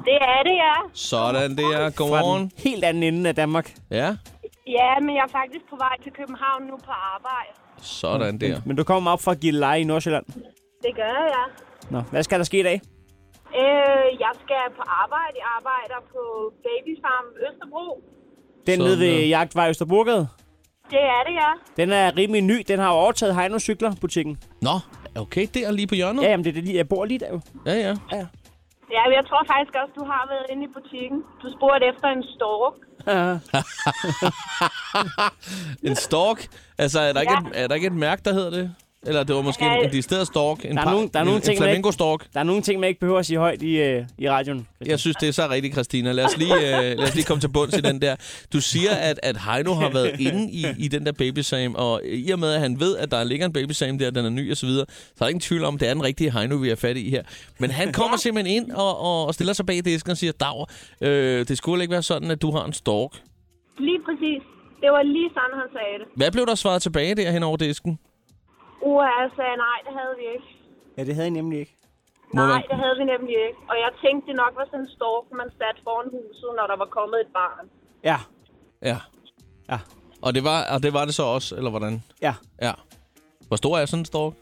S5: Det er det, ja.
S2: Sådan der.
S3: Fra
S2: Godmorgen.
S3: den helt anden ende af Danmark.
S2: Ja,
S5: Ja, men jeg er faktisk på vej til København nu på arbejde.
S2: sådan der.
S3: Men du kommer op fra Gilleleje i Nordsjælland.
S5: Det gør jeg.
S3: Nå, hvad skal der ske i dag?
S5: Øh, jeg skal på arbejde. Jeg arbejder på Babyfarm Østerbro.
S2: Sådan
S3: Den nede ved
S2: der.
S3: Jagtvej Østerburgade.
S5: Det er det, ja.
S3: Den er rimelig ny. Den har jo overtaget Heino Cykler butikken.
S2: Nå, okay, der lige på hjørnet.
S3: Ja, jamen det er det lige. Jeg bor lige der jo.
S2: Ja, ja.
S5: Ja, men jeg tror faktisk også, du har været inde i butikken. Du spurgte efter en stork.
S2: En stork. Altså, er der, ikke et, er der ikke et mærke, der hedder det? Eller det var måske en, en decideret stork. En
S3: Der er
S2: par-
S3: nogen- der er
S2: en, en
S3: nogen ting, man ikke-
S2: flamingo-stork.
S3: Der er nogle ting, man ikke behøver at sige højt i, øh, i radioen.
S2: Jeg synes, det er så rigtigt, Christina. Lad os lige, øh, lad os lige komme til bunds i den der. Du siger, at, at Heino har været inde i, i den der babysam, og i og med, at han ved, at der ligger en babysam der, den er ny og så videre, så er der ingen tvivl om, at det er den rigtige Heino, vi er fat i her. Men han kommer simpelthen ind og, og, og stiller sig bag disken og siger, Dag, øh, det skulle ikke være sådan, at du har en stork.
S5: Lige præcis. Det var lige sådan, han sagde det.
S2: Hvad blev der svaret tilbage der hen over disken?
S5: Uha, jeg sagde, nej, det havde vi ikke.
S3: Ja, det havde jeg nemlig ikke.
S2: Må
S5: Nej,
S2: man-
S5: det havde vi nemlig ikke. Og jeg tænkte, det nok var sådan en stork, man satte foran huset, når der var kommet et barn.
S3: Ja,
S2: Ja.
S3: Ja.
S2: Og det var, og det, var det så også, eller hvordan?
S3: ja.
S2: Ja. Hvor stor er sådan en stork?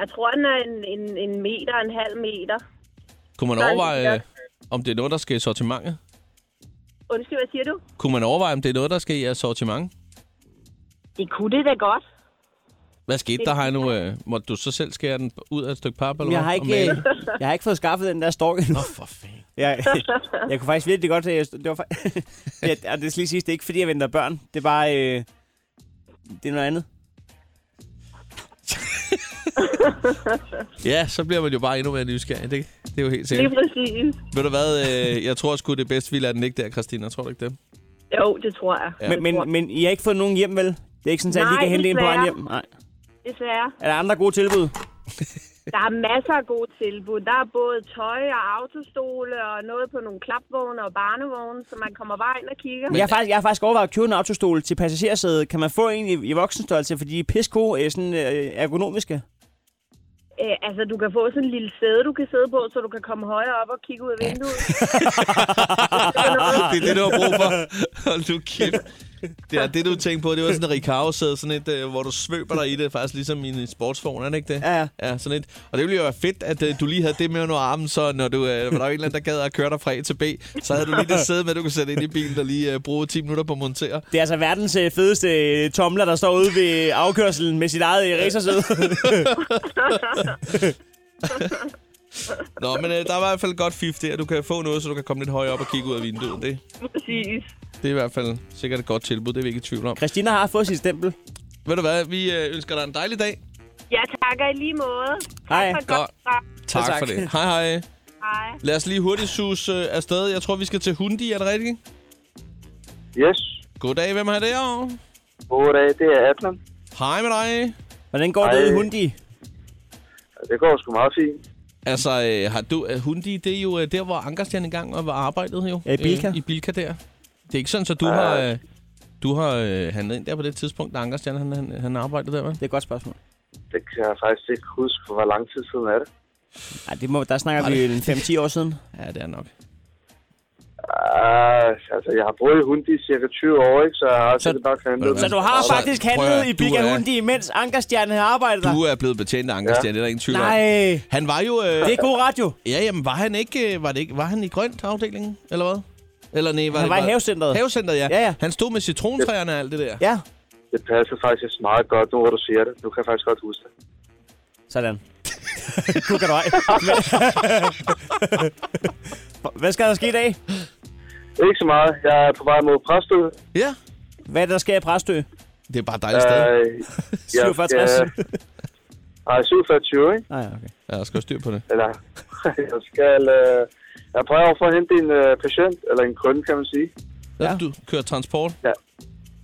S5: Jeg tror, den er en, en, en meter, en halv meter.
S2: Kunne man
S5: Nej,
S2: overveje,
S5: ja.
S2: øh, om det er noget, der skal i sortimentet?
S5: Undskyld, hvad siger du?
S2: Kunne man overveje, om det er noget, der skal i jeres sortiment?
S5: Det kunne det da godt.
S2: Hvad skete der, Heino? Øh, måtte du så selv skære den ud af et stykke pap? Eller
S3: Jeg
S2: hvad?
S3: har,
S2: Og
S3: ikke,
S2: male?
S3: øh, jeg har ikke fået skaffet den der stork endnu.
S2: Nå, for fanden.
S3: Jeg, [laughs] jeg kunne faktisk virkelig godt... Jeg, det var, fa- [laughs] ja, og det skal lige siges, det er ikke fordi, jeg venter børn. Det er bare... Øh, det er noget andet.
S2: Ja, så bliver man jo bare endnu mere nysgerrig. Det, det er jo helt
S5: Lige
S2: sikkert.
S5: præcis.
S2: Ved du hvad? Øh, jeg tror sgu, det er bedst, vi lader den ikke der, Christina. Tror du ikke det?
S5: Jo, det tror jeg.
S2: Ja.
S5: Ja.
S3: Men, men, men I har ikke fået nogen hjem, vel? Det er ikke sådan, at jeg lige
S5: Nej,
S3: kan hente en på
S5: desværre.
S3: vejen hjem. Nej.
S5: Desværre.
S3: Er der andre gode tilbud?
S5: Der er masser af gode tilbud. Der er både tøj og autostole og noget på nogle klapvogne og barnevogne, så man kommer bare ind og kigger.
S3: Men jeg, har faktisk, jeg har faktisk overvejet at købe en autostol til passagersædet. Kan man få en i, i voksenstørrelse, fordi de er pisse gode, øh, sådan øh, ergonomiske?
S5: Æ, altså, du kan få sådan en lille sæde, du kan sidde på, så du kan komme højere op og kigge ud af vinduet.
S2: det er det, du har brug for. [laughs] Hold nu kæft. Det er det, du tænkte på. Det var sådan en ricaro sæde sådan et, øh, hvor du svøber dig i det, faktisk ligesom i en sportsvogn, er det ikke det?
S3: Ja, ja.
S2: ja sådan et. Og det ville jo være fedt, at øh, du lige havde det med under armen, så når du, øh, var der jo en eller anden, der gad at køre dig fra A til B, så havde du lige det sæde med, du kunne sætte ind i bilen og lige øh, bruge 10 minutter på at montere.
S3: Det er altså verdens øh, fedeste øh, tomler, der står ude ved afkørselen med sit eget øh,
S2: [laughs]
S3: racersæde.
S2: Nå, men øh, der er i hvert fald godt fif der. Du kan få noget, så du kan komme lidt højere op og kigge ud af vinduet. Det,
S5: Præcis.
S2: det er i hvert fald sikkert et godt tilbud, det er vi ikke i tvivl om.
S3: Christina har fået sit stempel.
S2: Ved du hvad, vi øh, ønsker dig en dejlig dag.
S5: Jeg takker i lige måde.
S3: Hej.
S5: Tak for et godt. program.
S2: Tak,
S3: tak.
S2: for det. Hej hej.
S5: Hej.
S2: Lad os lige hurtigt sus øh, afsted. Jeg tror, vi skal til Hundi, er det rigtigt?
S9: Yes.
S2: Goddag, hvem er det her?
S9: Goddag, det er Adnan.
S2: Hej med dig.
S3: Hvordan går det
S9: Hej.
S3: ude i Hundi?
S9: Det går sgu meget fint.
S2: Altså, øh, har du, øh, Hundi, det er jo øh, der, hvor Ankerstjerne engang var arbejdet jo.
S3: Ja, i Bilka.
S2: Øh, I Bilka der. Det er ikke sådan, så du har, øh, du har øh, handlet ind der på det tidspunkt, da Ankerstjerne han, han, han arbejdede der, vel?
S3: Det er et godt spørgsmål.
S9: Det kan jeg faktisk ikke huske, for hvor lang tid siden er det.
S3: Ej, det må, der snakker
S2: Var
S3: vi
S2: det-
S3: en 5-10 år siden.
S2: Ja, det er nok.
S9: Ah, altså, jeg har boet i Hundi i cirka 20 år, ikke? så jeg har sikkert nok handlet.
S3: Så du har
S2: Så-
S3: faktisk
S2: prøv at
S3: handlet
S2: høre,
S3: i
S2: du
S3: Big
S2: er-
S3: Hundi, mens Ankerstjernen har arbejdet der?
S2: Du er blevet betjent af Ankerstjerne, ja. det er der ingen tvivl om.
S3: Nej,
S2: Han var jo... Øh,
S3: det er god radio.
S2: Ja, jamen, var han ikke, øh, var det ikke, var han i grønt afdelingen, eller hvad? Eller nej, var
S3: Han var i havecenteret.
S2: Havecenteret, ja.
S3: Ja, ja.
S2: Han stod med citrontræerne og alt det der.
S3: Ja.
S9: Det passer faktisk meget godt, nu hvor du siger det. Nu kan jeg faktisk godt huske det.
S3: Sådan. [laughs] du kan du ej. Hvad skal der ske i dag?
S9: Ikke så meget. Jeg er på vej mod Præstø.
S2: Ja,
S3: Hvad er det, der sker i Præstø?
S2: det er bare et dejligt
S9: Øh,
S2: sted.
S9: jeg
S3: 47.
S9: skal- Nej, 47, ikke?
S3: Nej, okay.
S2: Ah, Ja, jeg skal have styr på det.
S9: Eller, [laughs] jeg skal... Øh, jeg prøver for at hente en øh, patient, eller en kunde, kan man sige.
S2: Ja. Du kører transport.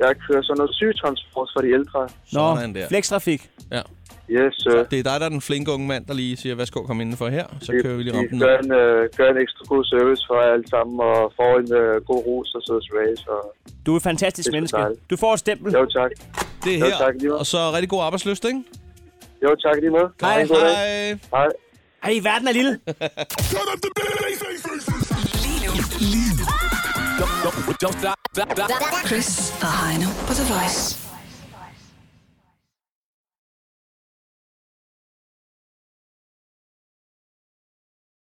S9: Jeg kører sådan noget sygetransport for de ældre.
S3: Nå,
S2: Sådan der.
S3: flextrafik.
S2: Ja.
S9: Yes, sir.
S2: Det er dig, der er den flinke unge mand, der lige siger, hvad skal komme indenfor her? Så kører vi lige om den.
S9: gør en, øh, gør en ekstra god service for jer alle sammen, og får en øh, god ros og sødes race. Og...
S3: Du er et fantastisk
S9: Det er så
S3: menneske.
S9: dejligt.
S3: Du får et stempel.
S9: Jo, tak.
S2: Det er
S9: Jo, tak, lige
S2: her.
S9: meget.
S2: Og så rigtig god arbejdsløst, ikke?
S9: Jo, tak lige med. Ha' en god dag.
S2: Hej.
S9: Hej.
S3: Ej, verden er lille.
S1: Lige nu. Chris og Heino på The Voice.